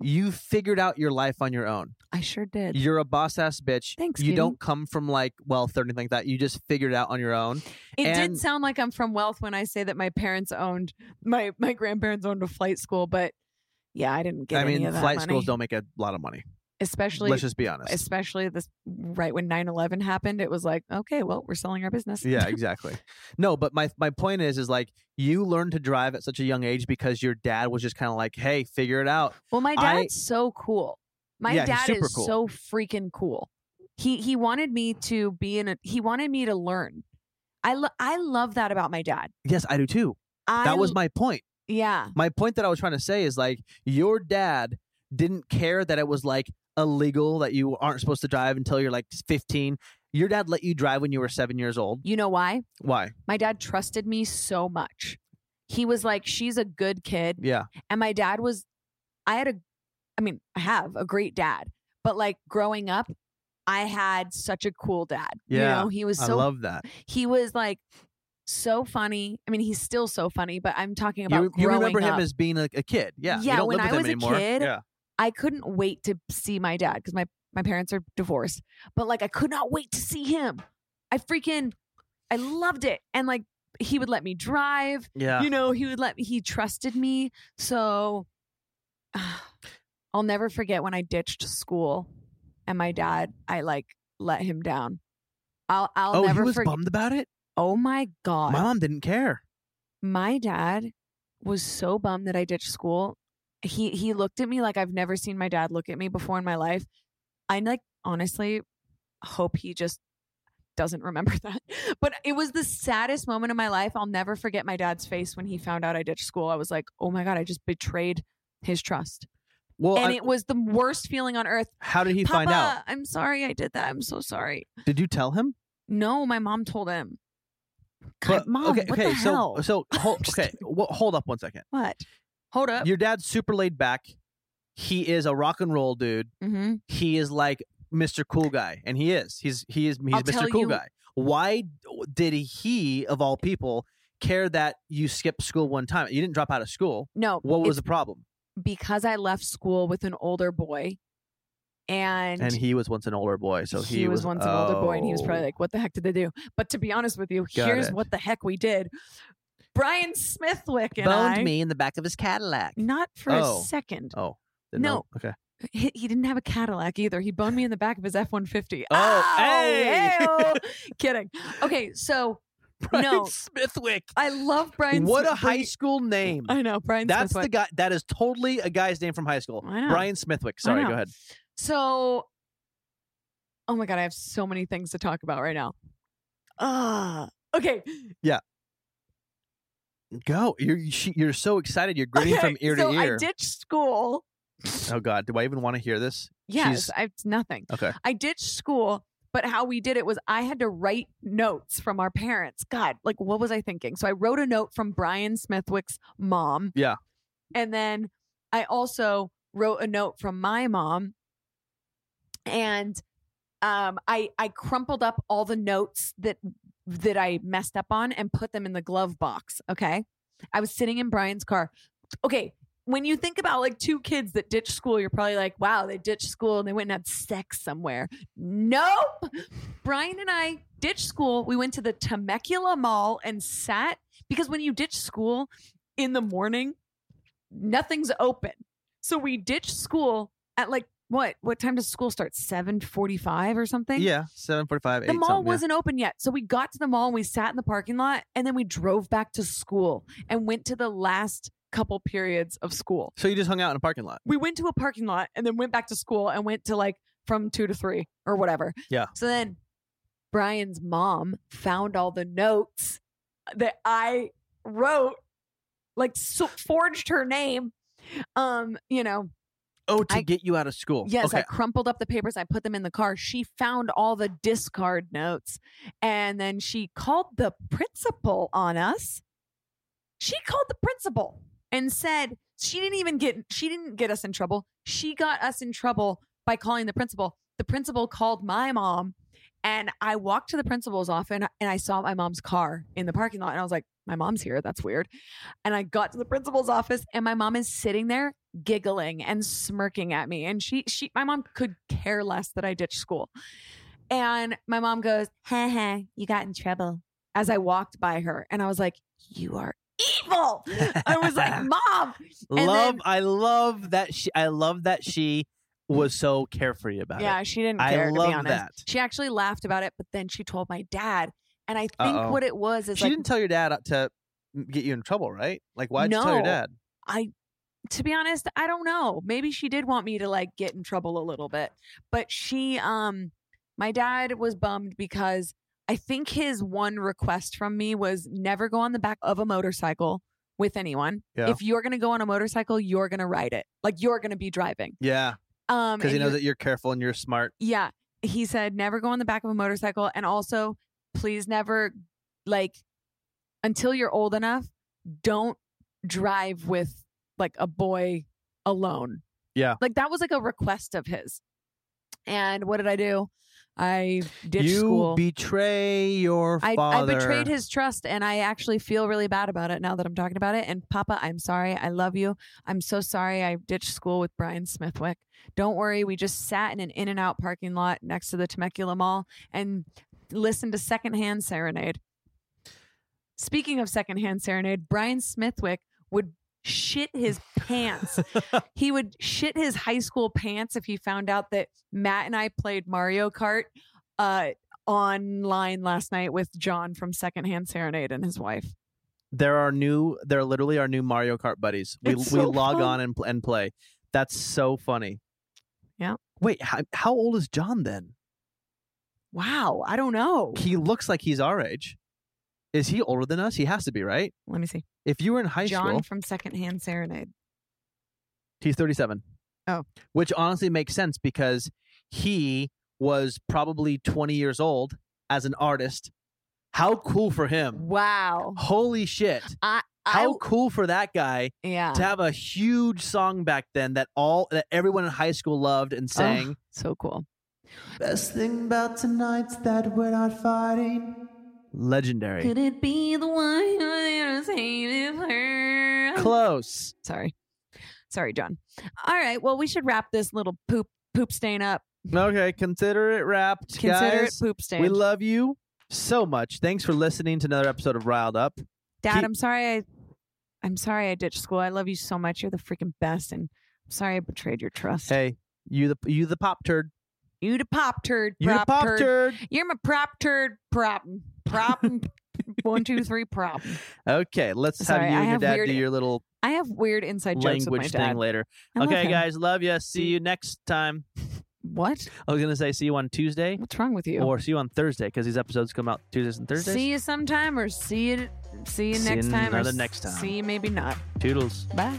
you figured out your life on your own. I sure did. You're a boss ass bitch. Thanks, You Katie. don't come from like wealth or anything like that. You just figured it out on your own. It did And- sound like I'm from wealth when I say that my parents owned my my grandparents owned a flight school, but yeah, I didn't get I mean, any of that flight money. schools don't make a lot of money. especially Let's just be honest. especially this right when 9/11 happened. It was like, okay, well, we're selling our business. yeah, exactly. No, but my my point is is like you learned to drive at such a young age because your dad was just kind of like, "Hey, figure it out." Well, my I- dad's so cool. My Yeah, he's dad super is cool. so freaking cool. He he wanted me to be in a he wanted me to learn. I lo- I love that about my dad. Yes, I do too. I That was l- my point. yeah. My point that I was trying to say is like your dad didn't care that it was like illegal that you aren't supposed to drive until you're like 15. Your dad let you drive when you were 7 years old. You know why? Why? My dad trusted me so much. He was like, she's a good kid. Yeah. And my dad was, I had a, I mean, I have a great dad, but like growing up, I had such a cool dad. Yeah, You know, he was I so, love that. he was like so funny. I mean, he's still so funny, but I'm talking about You, you remember growing him up. as being a, a kid. Yeah. Yeah, You don't when live I with was a him anymore. kid, yeah. I couldn't wait to see my dad because my, my parents are divorced, but like I could not wait to see him. I freaking, I loved it. And like he would let me drive. Yeah. you know he would let he trusted me so [SIGHS] i'll never forget when i ditched school and my dad i like let him down i'll i'll oh, he never was forget bummed about it? oh my god My mom didn't care. my dad was so bummed that i ditched school he he looked at me like i've never seen my dad look at me before in my life i like honestly hope he just doesn't remember [LAUGHS] that. But it was the saddest moment of my life. I'll never forget my dad's face when he found out I ditched school. I was like, oh my God, I just betrayed his trust. Well, and I- it was the worst feeling on earth. how did he find out? Papa, I'm sorry I did that. I'm so sorry. Did you tell him? No, my mom told him. God, But- mom, okay, what okay, the so hell? [LAUGHS] so hold, Just okay, well, hold up one second. what? Hold up. Your dad's super laid back. He is a rock and roll dude. hmm He is like Mr. Cool Guy, and he is. He's he is he's I'll tell Mr. Cool you- Guy. Why did he, of all people, care that you skipped school one time? You didn't drop out of school. No, What it's was the problem? because I left school with an older boy, and And he was once an older boy, so he, was, once an older boy and he was probably oh. like, What the heck did they do? But to be honest with you, Got here's it. what the heck we did. Brian Smithwick and boned I me in the back of his Cadillac. not for Oh. a second. Oh, didn't No. know. Okay. He, he didn't have a Cadillac either. He boned me in the back of his F one fifty. Oh, hey! [LAUGHS] kidding. Okay, so Brian No. Smithwick. I love Brian. what a Smith- high Bri- school name. I know Brian. That's Smithwick. the guy. That is totally a guy's name from high school. I know. Brian Smithwick. Sorry, know. go ahead. So, oh my god, I have so many things to talk about right now. Ah, okay. Go. You're you- she- you're so excited. You're grinning from Okay, ear so to ear. I ditched school. Oh God, do I even want to hear this? Yes, She's- I, it's nothing. Okay. I ditched school, but how we did it was I had to write notes from our parents. God, like what was I thinking? So I wrote a note from Brian Smithwick's mom. Yeah. And then I also wrote a note from my mom and um I I crumpled up all the notes that that I messed up on and put them in the glove box, okay? I was sitting in Brian's car. Okay, when you think about like two kids that ditch school, you're probably like, wow, they ditched school and they went and had sex somewhere. Nope. Brian and I ditched school. We went to the Temecula Mall and sat because when you ditch school in the morning, nothing's open. So we ditched school at like what? What time does school start? 7:45 or something? Yeah, seven forty-five. The mall wasn't open yet. So we got to the mall and we sat in the parking lot and then we drove back to school and went to the last couple periods of school. So you just hung out in a parking lot. We went to a parking lot and then went back to school and went to like from two to three or whatever. Yeah. So then Brian's mom found all the notes that I wrote, like so forged her name. Um, you know, Oh, to I- get you out of school. Yes, I Okay. crumpled up the papers. I put them in the car. She found all the discard notes and then she called the principal on us. She called the principal and said she didn't even get she didn't get us in trouble. She got us in trouble by calling the principal. The principal called my mom and I walked to the principal's office and and I saw my mom's car in the parking lot and I was like, my mom's here. That's weird. And I got to the principal's office and my mom is sitting there giggling and smirking at me and she she my mom could care less that I ditched school. And my mom goes, "Heh heh, you got in trouble." As I walked by her and I was like, "You are evil." I was [LAUGHS] like, "Mom." and love. then- I love that she. I love that she was so carefree about Yeah, it. she didn't I care to love be honest. that. She actually laughed about it, but then she told my dad and I think Uh-oh. what it was is She like didn't tell your dad to get you in trouble, right? Like, why'd you tell your No. dad? to be honest, I don't know. Maybe she did want me to like get in trouble a little bit. But she um my dad was bummed because I think his one request from me was never go on the back of a motorcycle with anyone. Yeah. If you're going to go on a motorcycle, you're going to ride it. Like you're going to be driving. Yeah, Um because he and knows you're- that you're careful and you're smart. yeah. He said, never go on the back of a motorcycle. And also, please never, like, until you're old enough, don't drive with like a boy alone. Yeah. Like, that was like a request of his. And what did I do? I ditched you school. betray your I, I father. betrayed his trust and I actually feel really bad about it now that I'm talking about it. And Papa, I'm sorry. I love you. I'm so sorry I ditched school with Brian Smithwick. Don't worry. We just sat in an in and out parking lot next to the Temecula Mall and listened to secondhand serenade. Speaking of secondhand serenade, Brian Smithwick would shit his pants. [LAUGHS] he would shit his high school pants if he found out that Matt and I played Mario Kart. Uh, online last night with John from Secondhand Serenade and his wife. There are new. There are literally our new Mario Kart buddies. We It's we so log fun. on and pl- and play. That's so funny. Yeah. Wait, how, how old is John then? Wow, I don't know. He looks like he's our age. Is he older than us? He has to be, right? Let me see. If you were in high John school, from Secondhand Serenade. he's 37. Oh. Which honestly makes sense because he was probably 20 years old as an artist. How cool for him. Wow. Holy shit. Um, How cool for that guy I, yeah. to have a huge song back then that all that everyone in high school loved and sang. so cool. Best thing about tonight's that we're not fighting. Legendary. Could it be the one who was hated her? Close. Sorry. Sorry, John. All right. Well, we should wrap this little poop poop stain up. Okay, consider it wrapped, Consider guys. it poop stain. We love you so much. Thanks for listening to another episode of Riled Up. Dad, keep- I'm sorry I I'm sorry I ditched school. I love you so much. You're the freaking best and I'm sorry I betrayed your trust. Hey, you the you the pop turd. You the pop turd. You the prop pop turd. turd. You're my prop turd prop. [LAUGHS] Prop. one, two, three, prop. Okay, let's Sorry, have you I and your have dad weird do your little I have weird inside jokes with my language thing dad. later. I love okay, him. guys, love you. See you next time. What? I was gonna say see you on Tuesday What's wrong with you? or see you on Thursday because these episodes come out Tuesdays and Thursdays. See you sometime or see you see you See next you time or another s- next time. See you maybe not. Toodles. Bye.